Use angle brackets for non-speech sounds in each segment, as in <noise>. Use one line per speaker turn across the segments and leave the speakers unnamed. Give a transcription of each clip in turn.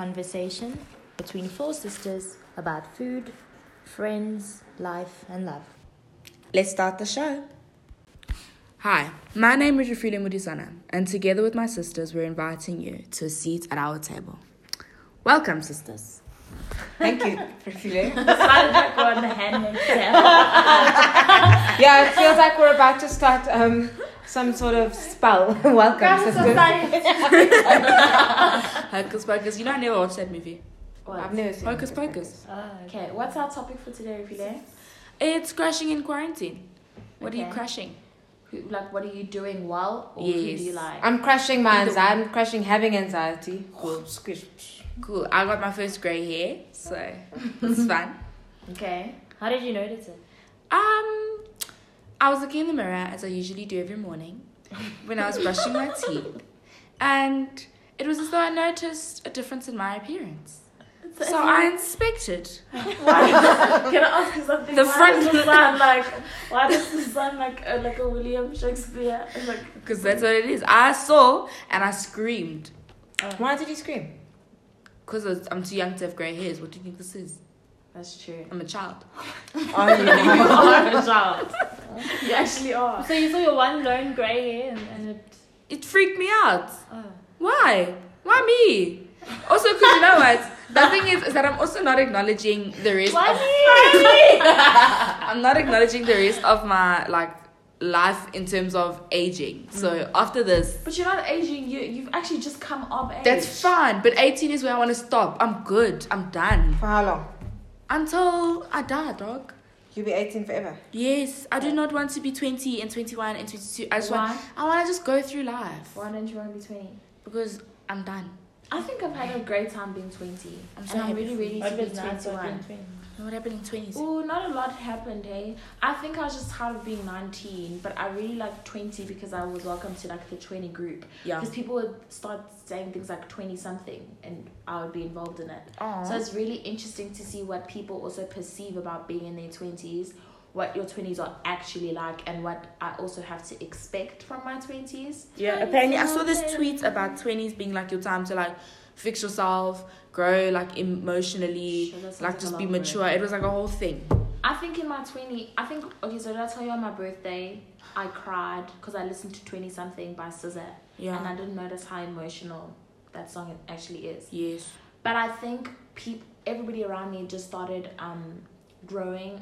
conversation between four sisters about food, friends, life, and <laughs> love.
Let's start the show. Hi, my name is Rafila Mudisana, and together with my sisters, we're inviting you to a seat at our table. Welcome, sisters. Thank you, Rafila.
Sounded like we're on the <laughs> handmaid's tale.
<laughs> Yeah, it feels like we're about to start um, some sort of spell. <laughs> Welcome, sisters.
<laughs>
Hocus Pocus. You know, I never watched that movie.
I've never seen
Hocus
this.
Pocus.
Oh, Okay, what's our topic for today, Rufile?
It's crashing in quarantine. What are you
Okay.
crashing?
Who- Like, what are you doing well, or who do you
Yes.
like?
I'm crushing my
Either
anxiety. I'm crushing having anxiety.
Cool.
Squish.
Cool. I got my first grey hair, <laughs> so it's fun.
Okay, how did you notice <laughs> it?
Um, I was looking in the mirror as I usually do every morning when I was brushing <laughs> my teeth, and it was as though I noticed a difference in my appearance. So I inspected.
<laughs> Can I ask you something?
The
why
front- <laughs>
does this sound like why does this sound like a, like a William Shakespeare? It's like
Because that's what it is. I saw and I screamed.
Why did you
<laughs>
scream?
Because I'm too young to have grey hairs. What do you think this is?
that's true.
I'm a child.
Oh,
Are you?
You are a child. You actually are.
So you saw your one lone grey hair and, and it.
It freaked me out.
Oh.
Why? Why me? Also, because you know what?
<laughs>
The thing is, is that I'm also not acknowledging the rest
Why
of I'm not acknowledging the rest of my like life in terms of aging.
Mm.
So after this,
<laughs> But you're not aging. You you've actually just come of age.
that's fine. But 18 is where I want to stop. I'm good. I'm done.
For how long?
Until I die, dog.
You'll be 18 forever.
Yes, I do not want to be 20 and 21 and 22. I just want
Why?
I want to just go through life
Why don't you want to be twenty?
because I'm done.
I think I've had a great time being 20.
I'm
and
so
I'm
happy
really
for
ready
you.
to be 21.
You know What happened in 20s?
Oh, not a lot happened, hey. I think I was just tired of being 19, but I really liked 20 because I was welcome to like the 20 group.
Yeah.
Because people would start saying things like 20 something and I would be involved in it.
Aw.
So it's really interesting to see what people also perceive about being in their 20s, what your 20s are actually like, and what I also have to expect from my 20s.
Yeah, apparently I saw this tweet about twenties being like your time to like fix yourself, grow like emotionally,
Sure, that sounds
like
like
just
a
be
lot of
mature. It was like a whole thing.
I think in my 20, I think, okay, so did I tell you on my birthday, I cried because I listened to 20 something by SZA and I
Yeah.
didn't notice how emotional that song actually is.
Yes.
But I think peop, everybody around me just started um, growing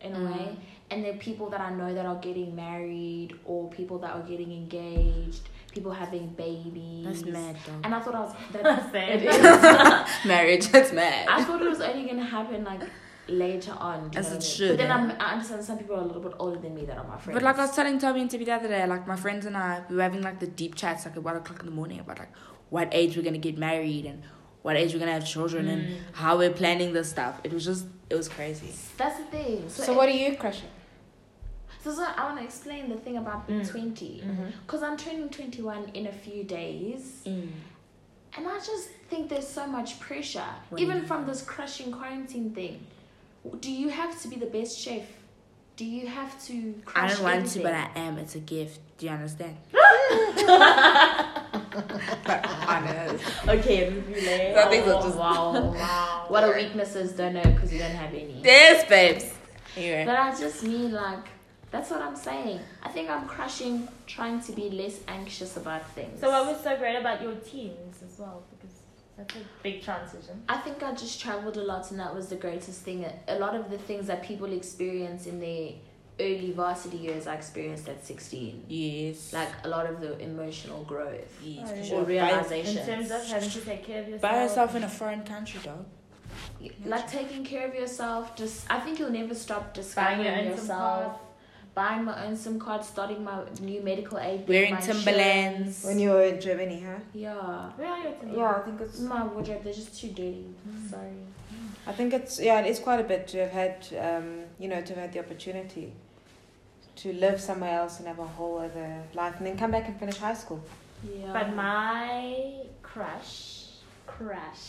in a
Mm.
way. And there are people that I know that are getting married or people that are getting engaged, people having babies.
That's mad dog.
And I thought I was, that, it is.
<laughs> Marriage, that's mad.
I thought it was only gonna happen like later on. do you
As
know
it
what I mean?
should,
But then
yeah.
I'm, I understand some people are a little bit older than me that are my friends.
But like I was telling Toby and Tibby the other day, like my friends and I, we were having like the deep chats like at one o'clock in the morning about like what age we're gonna get married and what age we're gonna have children and
Mm.
how we're planning this stuff. It was just it was crazy.
that's the thing. So,
So what are you crushing?
so, so I want to explain the thing about
Mm.
the twenty, because I'm turning twenty one in a few days, and I just think there's so much pressure,
When
even
you-
from this crushing quarantine thing. Do you have to be the best chef? Do you have to?
I
Crush
don't want to, but
everything?
I am. It's a gift. Do you understand?
<laughs>
<laughs>
okay, relay.
Some things are just-
Oh, wow,
<laughs>
wow. What are weaknesses? Don't know because you don't have any.
Yes, babes. Anyway.
But I just mean like that's what I'm saying. I think I'm crushing trying to be less anxious about things.
So what was so great about your teens as well? Because that's a big transition.
I think I just traveled a lot and that was the greatest thing. A lot of the things that people experience in their early varsity years I experienced at 16.
Yes.
Like a lot of the emotional growth
yes,
Oh,
for
yeah.
sure.
or
In
realization.
terms of having to take care of yourself.
By yourself in a foreign country, dog.
like taking care of yourself just i think you'll never stop discovering
Buying your own SIM
yourself buying my own sim card starting my new medical aid thing,
Wearing
my
Timberlands.
insurance.
When you were in Germany, huh?
yeah
Where are your teens?
Yeah, I think it's.
my wardrobe they're just too dirty sorry
I think it's. Yeah, it is quite a bit to have had. Um, you know, to have had the opportunity to live somewhere else and have a whole other life, and then come back and finish high school.
yeah
But my crush, crush,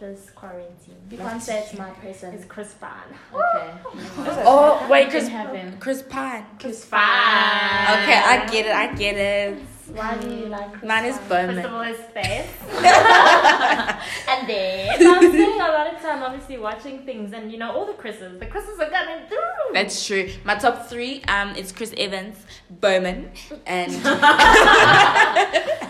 this quarantine.
you can't say it's my person
Is Chris Brown.
okay
Oh, wait, Chris,
Heaven.
Chris Pine.
Chris
Fine.
Okay, I get it, I get it.
why do you like Chris
Mine is
Brown?
Mm. First
Bowman.
of
<laughs>
all, his face. and then so I'm spending a lot of time obviously watching things, and you know all the Chris's. The Chris's are coming through.
That's true. My top three um it's Chris Evans, Bowman, and <laughs>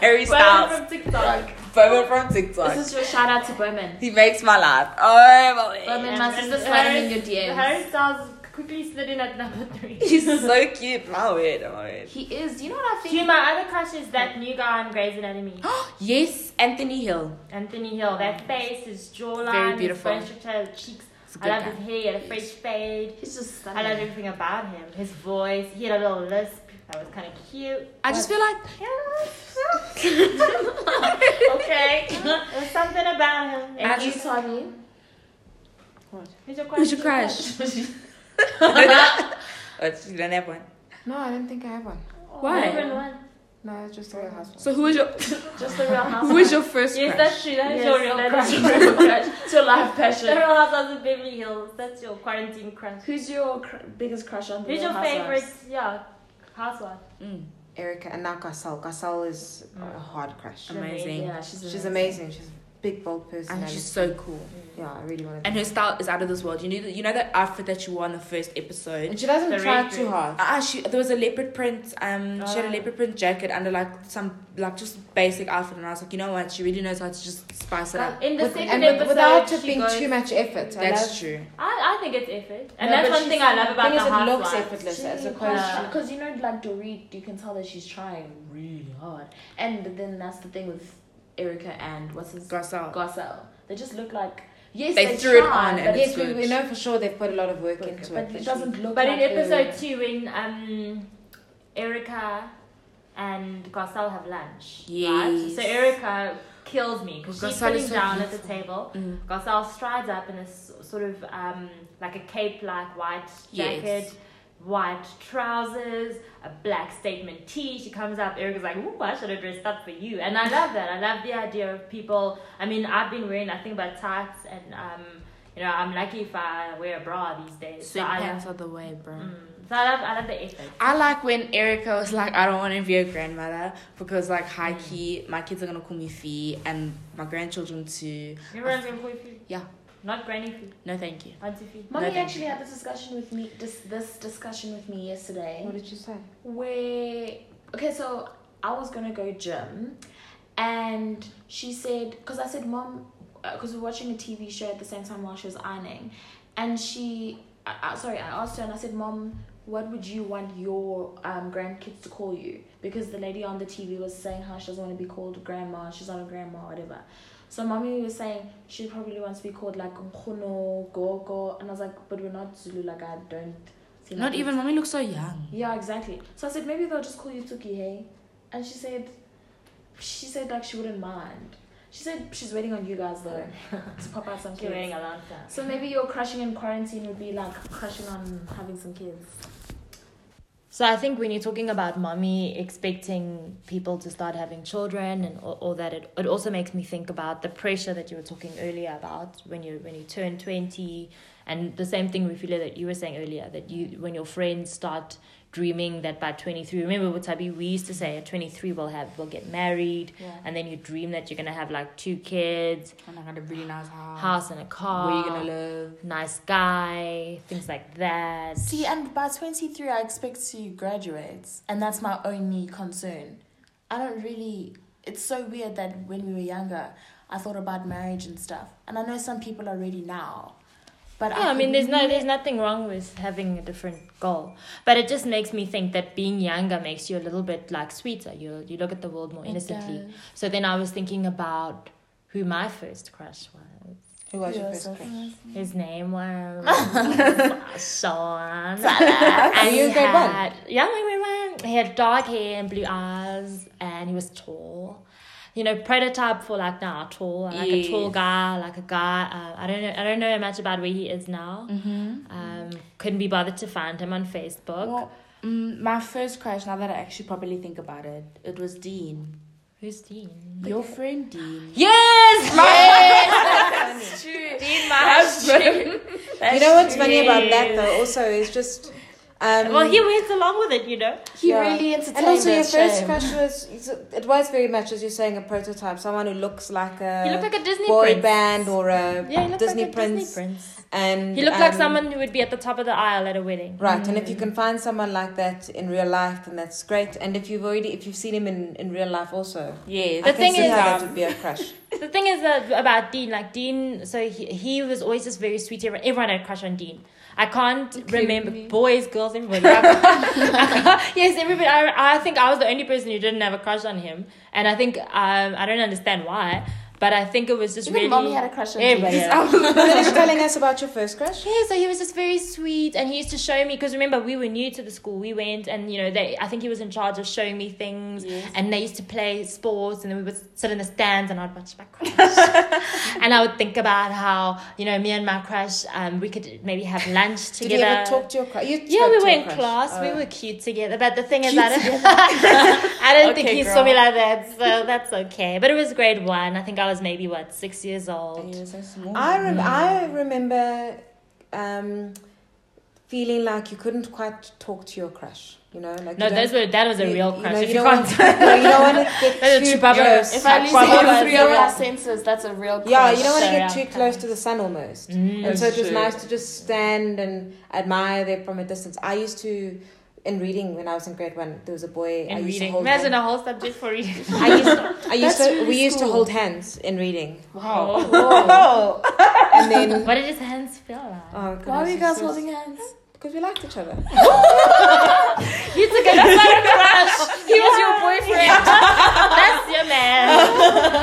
Harry
Well,
Styles.
from TikTok.
Bowman from TikTok.
This is your shout out to Bowman.
he makes my life. Oh my word.
Bowman,
And-
my
and
sister's
Harry-
sliding in your DMs.
Harry Styles quickly slid in at number three.
<laughs> He's so cute. My word. Oh my word.
He is. You know what I think?
Dude, my other crush is that new guy on Grey's Anatomy,
Yes, Anthony Hill.
Anthony Hill. That face, his jawline,
Very beautiful.
his facial cheeks.
He's a
I
good
love
guy.
his hair, he had a fresh fade.
He's just
I love
stunning.
everything about him. His voice, he had a little lisp. That was kind of cute.
I just feel like
okay. There's something about him. And
And you,
you,
Tommy?
who's your crush?
who's your
<laughs>
crush? But you don't have one.
No, I don't think I have one.
Oh,
Why?
Everyone won.
No, it's just the real housewives.
So who was your
Just the real house.
who was your first
Yes,
crush?
that's true. That
Yes,
is your real
that
crush.
is <laughs> your real crush. It's your life
the
passion.
Real Housewives of Beverly Hills. That's your quarantine crush.
Who's your cr- biggest crush on the
Who's
Real
your
Housewives?
favorite? Yeah, housewife.
Mm,
Erica and now Gasol. Gasol is a hard crush.
Amazing.
amazing.
Yeah, she's
She's amazing. She's a big, bold person.
And
and-
she's so cool.
yeah, I really want to.
And her style is out of this world. You know, you know that outfit that she wore in the first episode.
and she doesn't
The
try
red
too
dress.
hard.
Ah, she there was a leopard print. Um, she had a
Oh.
leopard print jacket under like some like just basic outfit, and I was like, you know what? She really knows how to just spice it up.
In the
With-
second
And
episode,
uh, with, without
she
it being
goes,
too much effort. I
That's
love-
true.
I, I think it's effort, and
No,
that's
but
one
she's-
thing I love about
thing is
the
it looks
housewife.
effortless as opposed
Yeah.
to.
because you know like Dorit you can tell that she's trying really hard and but then that's the thing with Erica and what's his
Garcelle.
Garcelle they just look like yes
They
they,
threw it
tried,
on
but
and
it,
Yes, we, we know for sure they've put a lot of work
but,
into
but
it.
it doesn't look
But
like
in episode two, when um, Erica and Garcelle have lunch, right?
Yes.
So Erica kills me because she's
Garcelle is
sitting
so
down at the
beautiful.
table.
Mm.
Garcelle strides up in a s- sort of um, like a cape-like white
Yes.
jacket. White trousers, a black statement tee. She comes up. Erica's like, "Ooh, I should have dressed up for you." And I love that. I love the idea of people. I mean, I've been wearing nothing but tights, and um, you know, I'm lucky if I wear a bra these days. So I love
Sweatpants are the way, bro.
Mm. So I love, I love the effort.
I like when Erica was like, I don't want to be a grandmother because, like, high key, my kids are gonna call me Fee and my grandchildren too.
Everyone's gonna call you Fee.
Yeah.
Not Granny Fee,
No, thank you.
Auntie Fee.
mommy
No, thank
actually had this discussion with me this, this discussion with me yesterday
What did you say?
where okay so i was gonna go gym and she said because i said mom because we're watching a tv show at the same time while she was ironing and she I, I, sorry i asked her and i said mom what would you want your um, grandkids to call you because the lady on the tv was saying how she doesn't want to be called grandma she's not a grandma whatever so mommy was saying she probably wants to be called like Nkgono, Gogo, and I was like, but we're not Zulu, like I don't. see
Not
my
even, mommy looks so young.
yeah, exactly. So I said maybe they'll just call you Tuki, hey? And she said, she said like she wouldn't mind. She said she's waiting on you guys
<laughs>
though to pop out some
You're wearing
kids.
a long time.
So maybe your crushing in quarantine would be like crushing on having some kids.
So I think when you're talking about mommy expecting people to start having children and all, all that, it, it also makes me think about the pressure that you were talking earlier about when you when you turn twenty, and the same thing Rufila that you were saying earlier that you when your friends start dreaming that by twenty three. Remember with Tabi, we used to say at twenty three we'll have we'll get married,
Yeah.
and then you dream that you're gonna have like two kids,
And I got Oh a really nice house. Ah.
house and a car,
Where you gonna live?
nice guy, things like that.
See, and by 23, I expect to graduate, and that's my only concern. I don't really. It's so weird that when we were younger, I thought about marriage and stuff, and I know some people are ready now. But
Yeah, I mean,
could
there's no,
ne-
there's nothing wrong with having a different goal, but it just makes me think that being younger makes you a little bit like sweeter. You you look at the world more
It
innocently.
does.
So then I was thinking about who my first crush was.
Who was
Yeah,
your first
so-
crush?
His name was Sean. and
you
he
in grade one?
had, yeah, I'm in grade one. He had dark hair and blue eyes, and he was tall. You know, prototype for like now tall, like a tall
Yes.
guy, like a guy. Uh, I don't know. I don't know much about where he is now. Um, couldn't be bothered to find him on Facebook.
Mm-hmm. Well, mm, my first crush, now that I actually properly think about it, it was Dean.
Who's Dean?
Your friend Dean. <laughs>
Yes,
That's true.
Dean Mahash.
<laughs>
You know what's funny about that though? Also, is just Um,
well, he went along with it, you know.
He
Yeah.
really entertained
and also your
that
first
shame.
crush was it was very much as you're saying a prototype, someone who looks like a
He looked like a Disney
boy
prince.
band or a
yeah, he looked
Disney
like a
prince.
Disney prince.
and
He looked like
um,
someone Mm. who would be at the top of the aisle at a wedding.
Right, and if you can find someone like that in real life, then that's great. And if you've already if you've seen him in, in real life also,
Yes.
The
I
thing
can see
is,
how that
um,
would be a
<laughs>
crush.
The thing is that about Dean, like Dean, so he, he was always just very sweet. Everyone, everyone had a crush on Dean. I can't remember boys, girls,
<laughs>
everybody. <laughs> yes, everybody. I, I think I was the only person who didn't have a crush on him, and I think um, I don't understand why, but I think it was just
Even
really.
mommy had a crush on
everybody.
Dean.
had a
Finish telling us about your first crush.
Yeah, so he was just very sweet, and he used to show me because remember we were new to the school. We went, and you know, they I think he was in charge of showing me things, and they used to play sports, and then we would sit in the stands, and I'd watch my crush,
<laughs>
and I would think about how you know me and my crush, um, we could maybe have lunch
Did
together.
you ever talk to your crush? You
yeah,
spoke
we
to
were
your
in
crush.
class. We
Oh.
were cute together, but the thing is, I don't, <laughs> I don't think
Okay,
he
girl.
saw me like that, so that's okay. But it was grade one. I think I was maybe what six years old.
I rem-
Mm.
I remember um, feeling like you couldn't quite talk to your crush. You know, like
No,
you don't-
those were that was a
you-
real
you
crush.
know,
if
you
you
don't
can't.
want,
<laughs>
no, you don't want to <laughs>
Those are
get too
Chupacabras.
close.
If I lose
Well,
all
well,
three of
well.
our senses, that's a real crush.
yeah, you don't want to
Sorry,
get
I'm
too close to the sun almost.
<laughs> Mm.
And so it was nice to just stand and admire them from a distance. I used to, in reading when I was in grade one, there was a boy I used to
in reading.
hold.
Imagine
hand-
a whole subject for reading.
<laughs> I used, I used to,
That's really
we used to
cool.
hold hands in reading.
Wow.
<laughs>
Oh, and then.
what did his hands feel like?
<laughs> Oh,
Why were you guys holding hands?
Because we liked each other.
You took a crush. He was your boyfriend. That's your
<laughs>
man.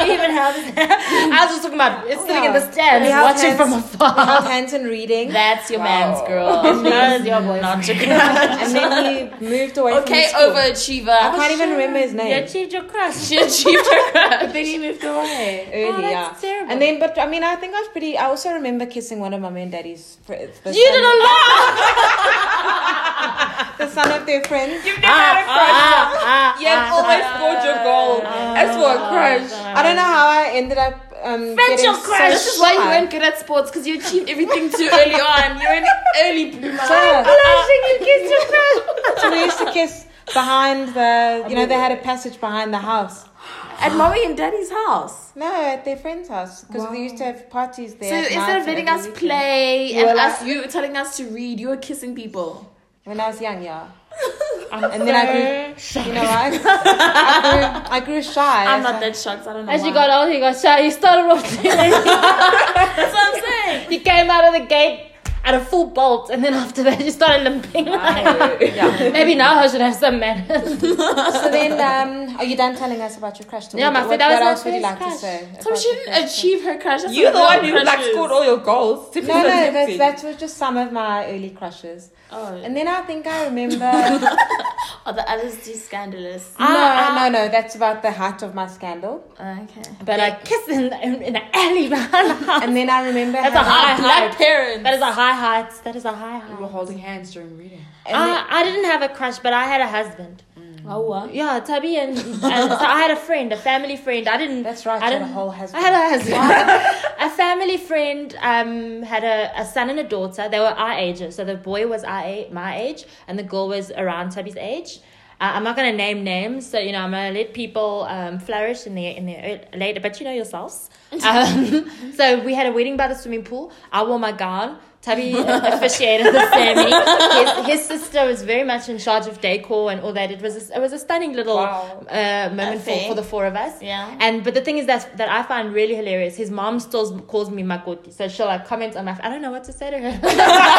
He even held his I was just talking about it's sitting in the stands
We held
watching
hands-
from
We <laughs>
afar.
held hands in reading.
That's your man's
<laughs>
girl.
That's
your boyfriend. Not your <laughs> crush.
and then he moved away
Okay,
from the school. I
overachiever.
can't even remember his
You
name.
achieved your
<laughs>
crush.
She achieved
<laughs>
her crush.
then he moved away. Early,
Oh,
yeah.
that's terrible.
And then, but I mean, I think I was pretty. I also remember kissing one of my mum and daddy's. fr- The
You did
son,
a lot.
<laughs> the son of their friend.
You've never had a crush.
ah,
You have almost scored your goal. That's for a crush.
I don't know how I ended up. Um,
Friendship
getting
crush.
This is why you weren't good at sports because you achieved everything too early on. You're an early bloomer.
Blushing, you kissed your
<laughs>
crush.
So we uh, used to kiss behind the. You know, they had a passage behind the house.
At mommy and daddy's house.
No, at their friend's house because they used to have parties there.
So
at night
instead of
and
letting
every
us
weekend.
play
were
and
like-
us, you were telling us to read, you were kissing people.
When I was young, yeah. and then I grew, you know, <laughs> I, I, grew, I grew shy.
I'm
so-
not that shocked. I don't know.
As you
why.
got older, you got shy. You started off. <laughs>
<laughs>
That's <laughs> what I'm saying.
you came out of the gate at a full bolt, and then after that, you started limping. <laughs> Maybe now I should have some manners. <laughs>
So then, um, are you done telling us about your crush?
Yeah, my
what,
friend, that was
what
my
else would you like
first
to
crush.
say?
So uh, she didn't achieve her crush. That's
You're the one
what real
who like
crush is.
scored all your goals. Tiffany's
<laughs>
No, no,
so
that's,
tipsy.
that was just some of my early crushes.
Oh,
And then I think I <laughs> remember.
are Oh, the others too scandalous?
Ah,
no, no, no, that's about the height of my scandal.
Okay.
But I kissed in, in, in an alley <laughs> behind the house.
And then I remember.
That's a
how-
Ah,
high
Black
height.
parents.
Ah, That is a high height. That is a high
We were
height.
holding hands during reading.
and then- Mm.
I, I didn't have a crush, but I had a husband.
Oh, what?
Yeah, Tubby and, and so I
<laughs>
had a friend, a family friend. I didn't.
That's right,
I
you had
didn't
a whole husband.
I had a husband. <laughs> a family friend um, had a, a son and a daughter. They were our ages, so the boy was our a- my age, and the girl was around Tubby's age. Uh, I'm not gonna name names, so you know I'm gonna let people um, flourish in their in their ear- later. But you know yourselves. Um, so we had a wedding by the swimming pool. I wore my gown. Tubby uh, officiated the ceremony. His, his sister was very much in charge of decor and all that. It was a, it was a stunning little
Wow.
uh, moment for,
Affair.
for the four of us.
Yeah.
And but the thing is that that I find really hilarious. His mom still calls me Makoti, so she'll like comment on my. I don't know what to say to her.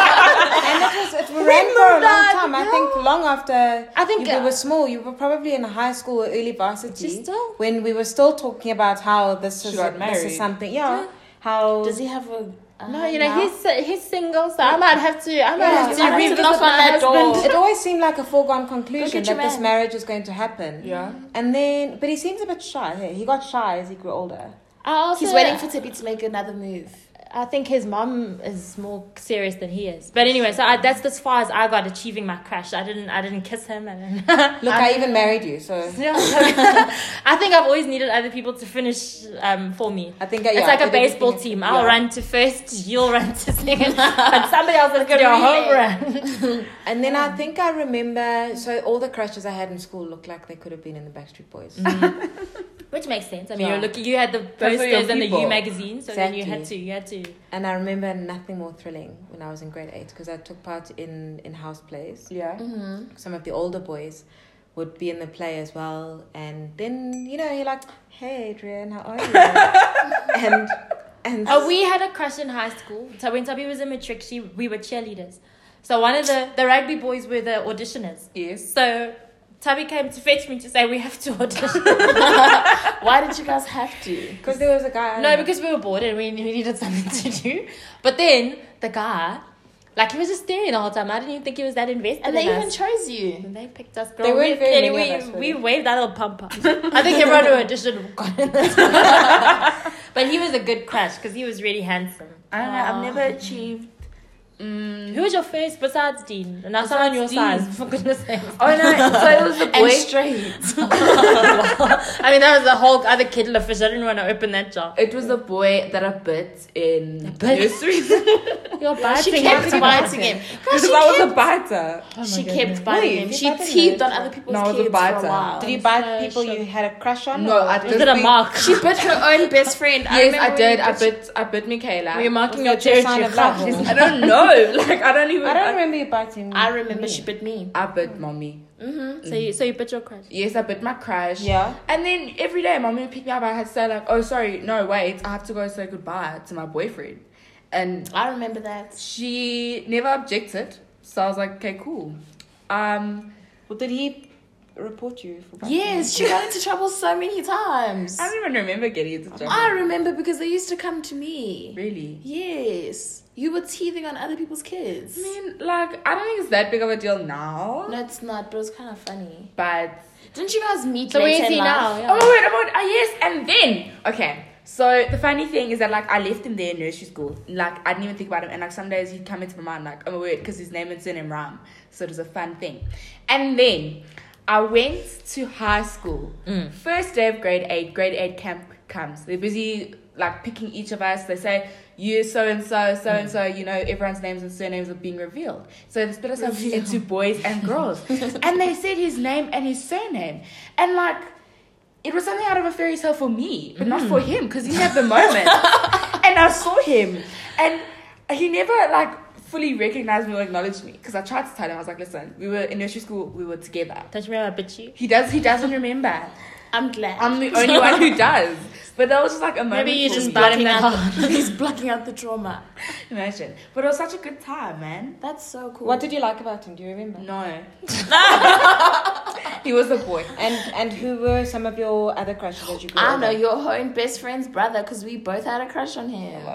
and that was, it ran for a long time. I think long after
I think,
you,
uh,
we were small. You were probably in high school or early varsity.
Just still-
When we were still talking about how this is,
got
this is
married.
something. Yeah. How.
Does he have a? a
no,
hand
you know
now?
he's he's single, so I might have to. I might
Yeah, you
have
might
to
have to
revisit
knock on
my
that door.
<laughs> husband.
it always seemed like a foregone conclusion
Look at your
that this
man.
marriage was going to happen.
Yeah.
And then, but he seems a bit shy. Hey, he got shy as he grew older.
I also,
He's waiting for Tippy to make another move.
I think his mom is more serious than he is. But anyway, so I, that's as far as I got achieving my crush. I didn't, I didn't kiss him. I didn't.
Look, I, even married you, so
<laughs> Yeah. <laughs> I think I've always needed other people to finish um, for me.
I think uh, yeah,
it's like a
it- everything
baseball
is-
team. I'll
yeah.
run to first, you'll run to second, but somebody else is going to do a home run.
And then I think I remember. So all the crushes I had in school looked like they could have been in the Backstreet Boys.
Mm-hmm.
Which makes sense. I mean,
Yeah.
you're looking. You had the
That's for your
posters and the U
people.
magazine, so then you had to.
Exactly.
You had to.
And I remember nothing more thrilling when I was in grade eight because I took part in in house plays.
Yeah.
Mm-hmm.
Some of the older boys would be in the play as well, and then you know you're like, "Hey, Adrian, how are
<laughs>
you?" and and
Oh, we had a crush in high school. So when Tubby was in matric, she we were cheerleaders. So one of the the rugby boys were the auditioners.
Yes.
So Tubby came to fetch me to say we have to <laughs> audition.
Why did you guys have to?
because there was a guy. I <laughs>
No,
don't-
because we were bored and we, we needed something to do. But then the guy, like he was just staring the whole time. I didn't even think he was that invested.
And they
in
even
us.
chose you.
And they picked us. Girl,
There weren't
we,
very
clearly
many
we,
of us, were
we
there?
waved that little pump <laughs> up. I think everyone who auditioned got in this. <laughs> but he was a good crush because he was really handsome.
I don't know.
Wow.
I've
Ah.
never achieved. Mm,
Who was your first besides Dean? And now someone your size, for goodness sake.
Oh no! So it was the
And
boy.
straight.
<laughs> I mean, that was a whole other kettle of fish. I didn't want to open that jar.
It was the boy that I bit in
bit?
nursery.
You're biting
She
him.
kept biting
Oh
him.
<laughs> Because I was a biter.
She kept biting him.
Wait,
She
you biting
teethed
him?
on other people's
No, I was a
kids for a
biter.
while.
Did you bite
so
people you had a crush on?
No,
or-
I did.
Is it a
think-
mark?
She bit her own best friend.
Yes,
remember
I
when
did.
you
I bit. I bit Michaela.
Were you marking
Was
your
that your
territory?
sign of
of
love?
love?
I
<laughs>
don't know. <laughs> Like I don't even.
I don't remember you biting.
I remember
me.
she bit me.
I bit mommy.
Mm-hmm. So you, so you bit your crush.
Yes, I bit my crush.
Yeah.
Mm.
And then every day, mommy would pick me up. I had to say like, "Oh, sorry, no, wait, I have to go say goodbye to my boyfriend," and
I remember that.
she never objected. So I was like, "Okay, cool." Um,
Well, did he report you for biting?
Yes, she got into trouble so many times.
I don't even remember getting into trouble.
I remember because they used to come to me.
Really?
Yes, you were teething on other people's kids.
I mean, like, I don't think it's that big of a deal now.
No, it's not, but it was kind of funny.
But
Didn't you guys meet
So where
later
is
in
he
life?
now?
Oh my word, oh my word. Ah, yes, and then okay. So the funny thing is that like I left him there in nursery school. Like I didn't even think about him, and like some days he'd come into my mind like oh my word, because his name and surname rhyme. So it was a fun thing. And then I went to high school. First day of grade eight. Grade eight camp comes. They're busy like picking each of us. They say you so and so, so and so. You know everyone's names and surnames are being revealed. So they split us up into boys and girls, and they said his name and his surname, and like it was something out of a fairy tale for me, but not for
Mm.
him because he had the
<laughs>
moment. and I saw him, and he never like fully recognized me or acknowledged me because I tried to tell him. I was like, "Listen, we were in nursery school. We were together."
Don't you remember I bit you?
He does. He doesn't remember.
I'm glad. <laughs>
I'm
<laughs>
the only one who does. But that was just like a moment.
Maybe you
for
just
me.
bit him that hard. <laughs>
He's blocking out the trauma.
Imagine. But it was such a good time, man.
That's so cool.
What did you like about him? Do you remember?
<laughs>
No. he was a boy.
And and who were some of your other crushes that you grew
I
up
know
with?
your own best friend's brother because we both had a crush on him. He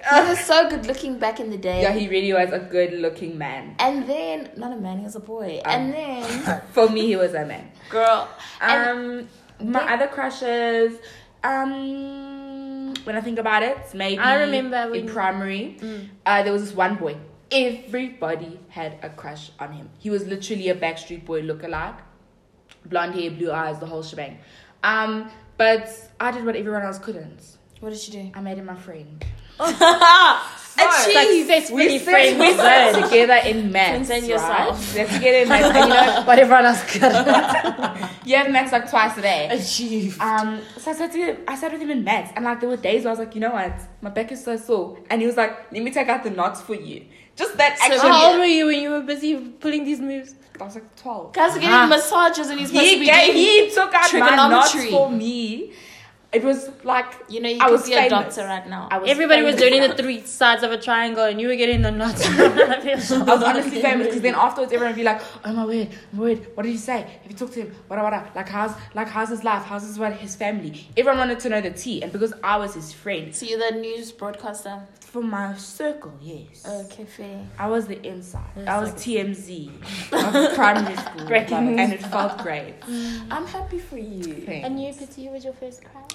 yeah,
was so good looking back in the day.
he really was a good-looking man.
and then, not a man, he was a boy. and then,
For me, he was a man.
girl,
Um, my other crushes. Um, when I think about it, maybe
I remember
in
when- Mm.
primary, uh, there was this one boy. Everybody had a crush on him. He was literally a Backstreet Boy lookalike, blonde hair, blue eyes, the whole shebang. Um, but I did what everyone else couldn't.
what did she do?
I made him my friend.
Oh, <laughs> Successfully framed
we sat
zone.
together
<laughs>
in maths.
Concern
right?
yourself.
We're together in maths. and you know,
But everyone else <laughs> could.
you have maths like twice a day. Um, so I sat, to him, I sat with him in maths, and like there were days where I was like, you know what, my back is so sore, and he was like, let me take out the knots for you. Just that action.
How old were you when you were busy pulling these moves?
I was like twelve.
Guys are getting massages and he's supposed to
He
be
gave,
doing-
he took out my knots
trigonometry.
for me. It was like
You know, you
I
could
was
be a
famous.
doctor right now.
I was
Everybody was
famous.
doing the three sides of a triangle, and you were getting the knots. I
<laughs>
<laughs>
I was honestly famous because then afterwards everyone would be like, oh my word, my word, what did you say? Have you talked to him? What, what, what? Like how's, like how's his life? How's his, his family? Everyone wanted to know the tea, and because I was his friend,
So you're the news broadcaster. Oh,
from my circle, yes.
Oh,
Okay, fair.
I was the inside. I was TMZ of primary school,
Breaking
and it felt great.
I'm happy for you.
Thanks.
And you, Pity, who was your first crush?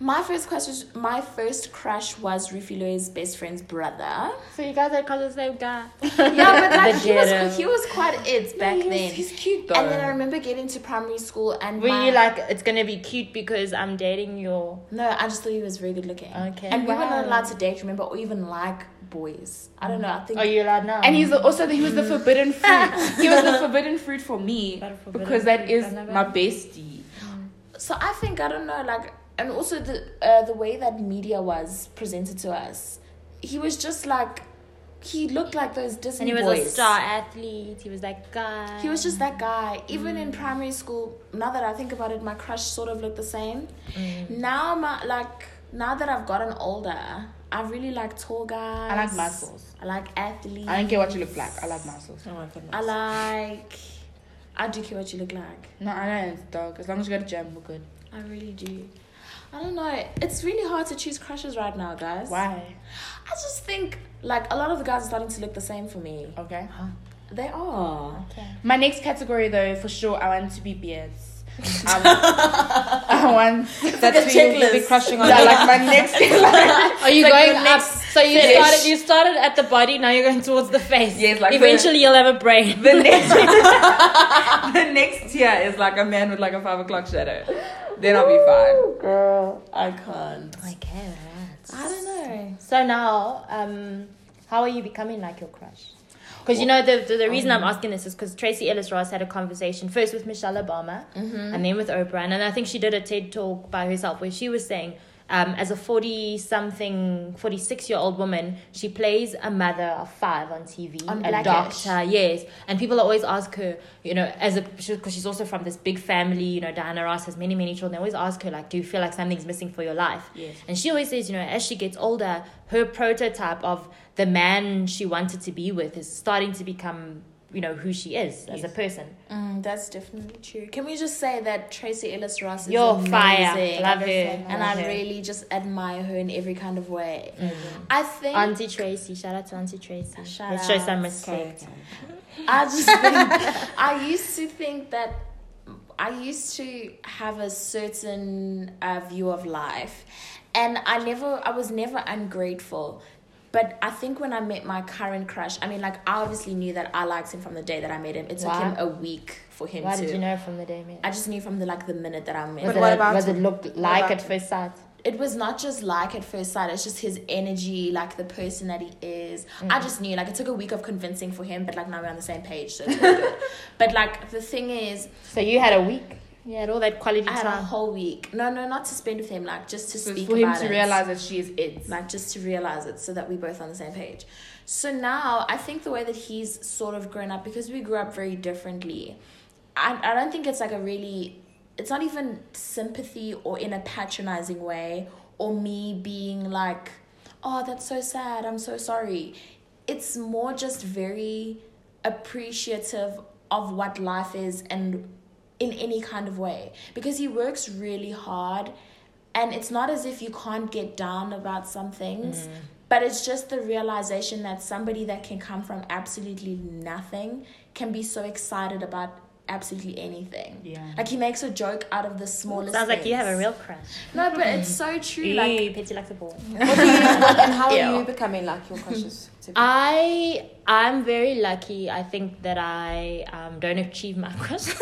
My first crush, my first crush was Rifi Loe's best friend's brother.
So you guys are called the same guy.
<laughs> Yeah, but like
The
he was,
ghetto.
he was quite it back
he was-
then.
he's cute though.
and then I remember getting to primary school and
Were
my-
you like it's gonna be cute because I'm dating your
No, I just thought he was very good looking.
Okay.
And we were not
Wow.
allowed to date, remember, or even like boys. I don't know. I think
Are you allowed now?
and he's the, also the, he was the forbidden fruit. he was the forbidden fruit for me
But forbidden
because that
fruit,
is
I never-
my bestie.
so. I think I don't know. Like, and also the uh, the way that media was presented to us, he was just like he looked like those Disney
and he was
boys.
a star athlete. He was that guy.
He was just
Um,
that guy. Even
mm.
in primary school, now that I think about it, my crush sort of looked the same.
Mm.
Now my like now that I've gotten older, I really like tall guys.
I like muscles.
I like athletes.
I don't care what you look like. I like muscles.
Oh my goodness.
I like. I do care what you look like.
No, I know it's dog. As long as you go to gym, we're good.
I really do. I don't know. It's really hard to choose crushes right now, guys.
Why?
I just think like a lot of the guys are starting to look the same for me.
Okay.
They are.
My next category, though, for sure, I want to be beards. I want- I want.
That's who you'll be crushing on.
Yeah, like my next.
Are
It's
you
like
going
your
up?
next
So you
fetish.
started. You started at the body. Now you're going towards the face.
Yes, like
eventually you'll have a brain.
the next <laughs> the next tier is like a man with like a five o'clock shadow. Then I'll be fine.
I can't.
Okay.
I don't know.
So now, um, how are you becoming like your crush? Because you know the the, the reason I'm asking this is because Tracy Ellis Ross had a conversation first with Michelle Obama and then with Oprah, and I think she did a TED talk by herself where she was saying. Um, as a 40 something, 46 year old woman, she plays a mother of five on TV.
On
a
Blackish.
doctor, yes. And people always ask her, you know, as a, because she's also from this big family, you know, Diana Ross has many, many children. They always ask her, like, do you feel like something's missing for your life?
Yes.
And she always says, you know, as she gets older, her prototype of the man she wanted to be with is starting to become, you know, who she is as a person.
Mm, that's definitely true. Can we just say that Tracy Ellis Ross is
You're
amazing?
fire. Love her.
and
Love Mm-hmm.
I
her.
really just admire her in every kind of way. I think
Auntie Tracy, shout out to Auntie Tracy.
Shout
Let's show
out.
some respect.
<laughs> I just
<laughs>
think I used to think that I used to have a certain uh, view of life, and I never I was never ungrateful. But I think when I met my current crush, I mean, like I obviously knew that I liked him from the day that I met him. It took
Wow.
him a week for him
Why
to.
did you know from the day man?
I just knew from the like the minute that I met.
Was,
him.
it,
what about
was it
him?
look like at first sight?
it was not just like at first sight it's just his energy like the person that he is
Mm.
i just knew like it took a week of convincing for him but like now we're on the same page so it's all
<laughs>
good but like the thing is
So you had a week. You had all that quality
i had a
time.
whole week no no not to spend with him like just to
So it's
speak
for him
about
to
it
realize that she is it.
like just to realize it so that we're both on the same page so now i think the way that he's sort of grown up because we grew up very differently i, I don't think it's like a really it's not even sympathy or in a patronizing way or me being like oh that's so sad i'm so sorry it's more just very appreciative of what life is and in any kind of way because he works really hard and it's not as if you can't get down about some things but it's just the realization that somebody that can come from absolutely nothing can be so excited about absolutely anything
Yeah.
like he makes a joke out of the smallest
Sounds like you have a
things.
real crush.
no but it's so true like
Ew, Petty likes a ball.
What do you, what, and how
Yeah.
are you becoming like your crushes? To be-
I I'm very lucky. I think that I um, don't achieve my <laughs> crushes.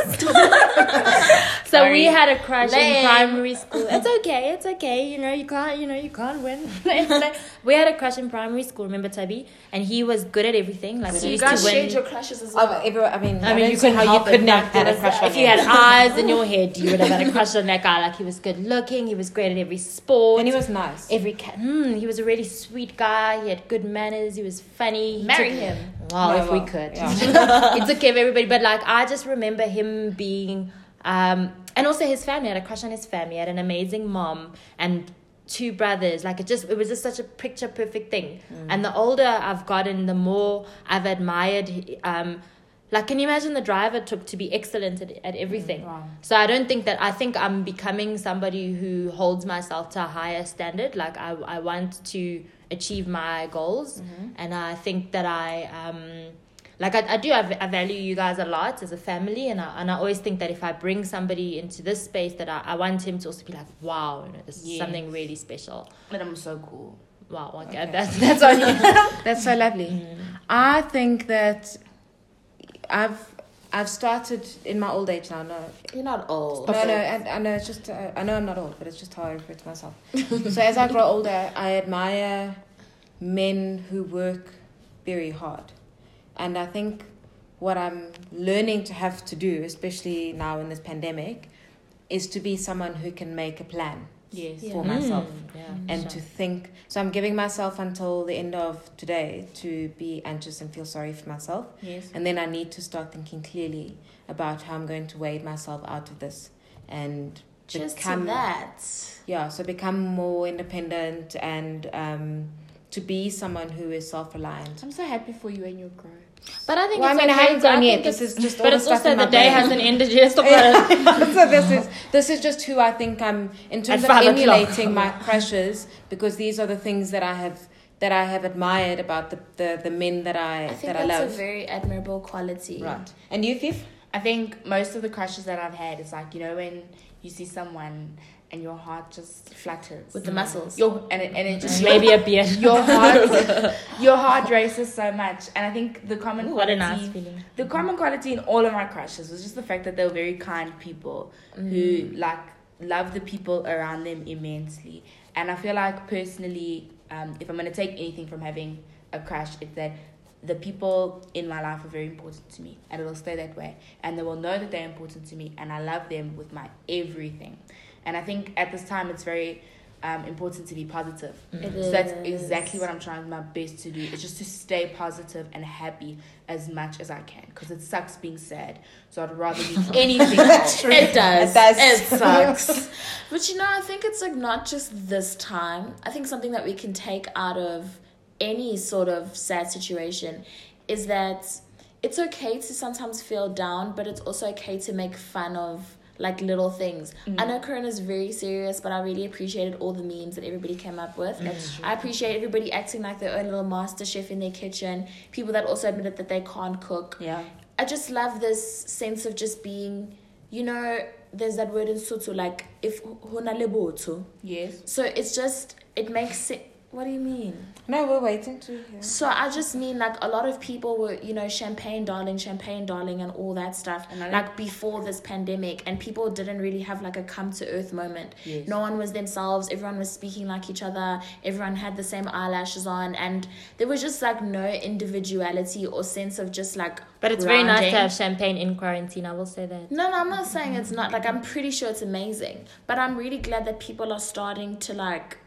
so we had a crush in
Lame.
primary school. It's okay. It's okay. You know you can't. You know you can't win. <laughs> we had a crush in primary school. Remember Tubby? And he was good at everything. Like
so you
he used to
guys
win.
shared your crushes as
Oh,
well
but everyone, I mean,
I mean,
don't
you
see how
couldn't help
you
it.
couldn't have had a
That
crush
was-
on
If you
him.
had eyes in your head, you would have had a crush on that guy. Like he was good looking. He was great at every sport.
And he was nice.
Every cat. Hmm, he was a really sweet guy. He had good manners. He was funny. He
marry
took-
him
Wow,
No,
if we
well,
could. <laughs>
yeah.
it's okay with everybody. But like, I just remember him being, um, and also his family. I had a crush on his family. I had an amazing mom and two brothers. Like, it just, it was just such a picture perfect thing.
Mm.
And the older I've gotten, the more I've admired. Um, like, can you imagine the drive it took to be excellent at, at everything?
Mm,
So I don't think that I think I'm becoming somebody who holds myself to a higher standard. Like I, I
Mm-hmm.
want to achieve my goals, and I think that I um, like I, I do I, v- I value you guys a lot as a family and I and I always think that if I bring somebody into this space that I, I want him to also be like wow you know this is
Yes.
something really special
But I'm so cool.
wow okay,
Okay.
that's that's on you
That's so lovely.
Mm.
I think that I've I've started in my old age now. No,
You're not old.
no, no. I, I know it's just uh, I know I'm not old, but it's just how I refer to myself. so as I grow older, I admire men who work very hard, and I think what I'm learning to have to do, especially now in this pandemic, is to be someone who can make a plan
Yes.
<laughs> for
Mm,
myself
yeah,
and
sure.
to think. So I'm giving myself until the end of today to be anxious and feel sorry for myself.
Yes.
And then I need to start thinking clearly about how I'm going to wade myself out of this and
Just
become
to that.
yeah, so become more independent and um, to be someone who is self reliant.
I'm so happy for you and your growth.
but I think
Well, I
it's
mean, I
okay,
haven't
so
gone yet.
think
This
it's-
is
<laughs>
just all
but
the
it's
stuff
also
in my
the day
brain.
hasn't ended yet
<laughs>
stop it.
so this is this is just who I think I'm in terms
At
of
five o'clock.
emulating my crushes because these are the things that I have that I have admired about the the, the men that I,
eh,
I think
that I
that's a
love.
very admirable quality.
right. And you, Fif?
I think most of the crushes that I've had is like you know when you see someone and your heart just flutters.
With the muscles.
your and it, and it just
<laughs> maybe a beard
your
<laughs>
heart your heart races so much. And I think the common
what a
quality-
nice feeling
the common quality in all of my crushes was just the fact that they were very kind people who like love the people around them immensely. And I feel like personally, um, if I'm gonna take anything from having a crush, it's that the people in my life are very important to me, and it'll stay that way. And they will know that they're important to me, and I love them with my everything. And I think at this time, it's very um, important to be positive.
It
So that's
is.
exactly what I'm trying my best to do. It's just to stay positive and happy as much as I can because it sucks being sad. So I'd rather be
<laughs>
<laughs> anything else.
It does.
It does.
It sucks. but you know, I think it's like not just this time. I think something that we can take out of any sort of sad situation is that it's okay to sometimes feel down, but it's also okay to make fun of like little things. I know Corona's very serious, but I really appreciated all the memes that everybody came up with. I appreciate everybody acting like their own little master chef in their kitchen, people that also admitted that they can't cook.
Yeah.
I just love this sense of just being, you know, there's that word in Sotho, like, if hona le botho.
Yes.
So it's just, it makes sense. What do you mean?
No, we're waiting to hear.
So I just mean, like, a lot of people were, you know, champagne darling, champagne darling, and all that stuff,
And I don't-
like, before this pandemic, and people didn't really have, like, a come to earth moment.
Yes.
No one was themselves, everyone was speaking like each other, everyone had the same eyelashes on, and there was just, like, no individuality or sense of just, like,
but it's very nice to
grounding.
have champagne in quarantine I will say that
No, no, I'm not saying it's not. Like, I'm pretty sure it's amazing. But I'm really glad that people are starting to, like,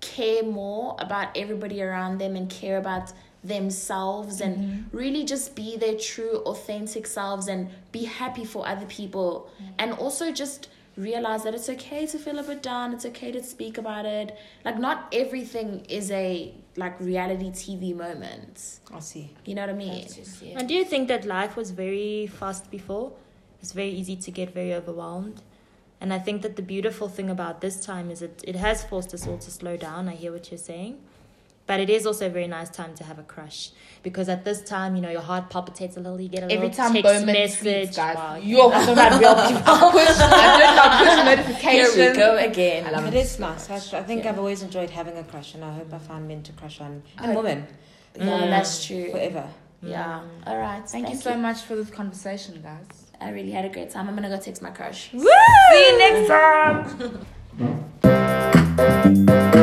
care more about everybody around them and care about themselves and really just be their true, authentic selves and be happy for other people. And also just realize that it's okay to feel a bit down. It's okay to speak about it. Like, not everything is a, like, reality TV moment.
I see.
You know what I mean?
I do think that life was very fast before. It's very easy to get very overwhelmed. And I think that the beautiful thing about this time is it, it has forced us all to slow down. I hear what you're saying. But it is also a very nice time to have a crush. Because at this time, you know, your heart palpitates a little, you get a
Every
little
time
text
Bowman
message.
tweets, guys,
Wow.
you're talking about real
<laughs>
people. I push, I don't like push notifications.
Here we go again.
It is nice. I, I think I've always enjoyed having a crush, and I hope I find men to crush on and women
Yeah, that's true.
Mm. forever.
Yeah. All right.
Thank, you so much for this conversation, guys.
I really had a great time. I'm gonna go text my crush.
See you next time.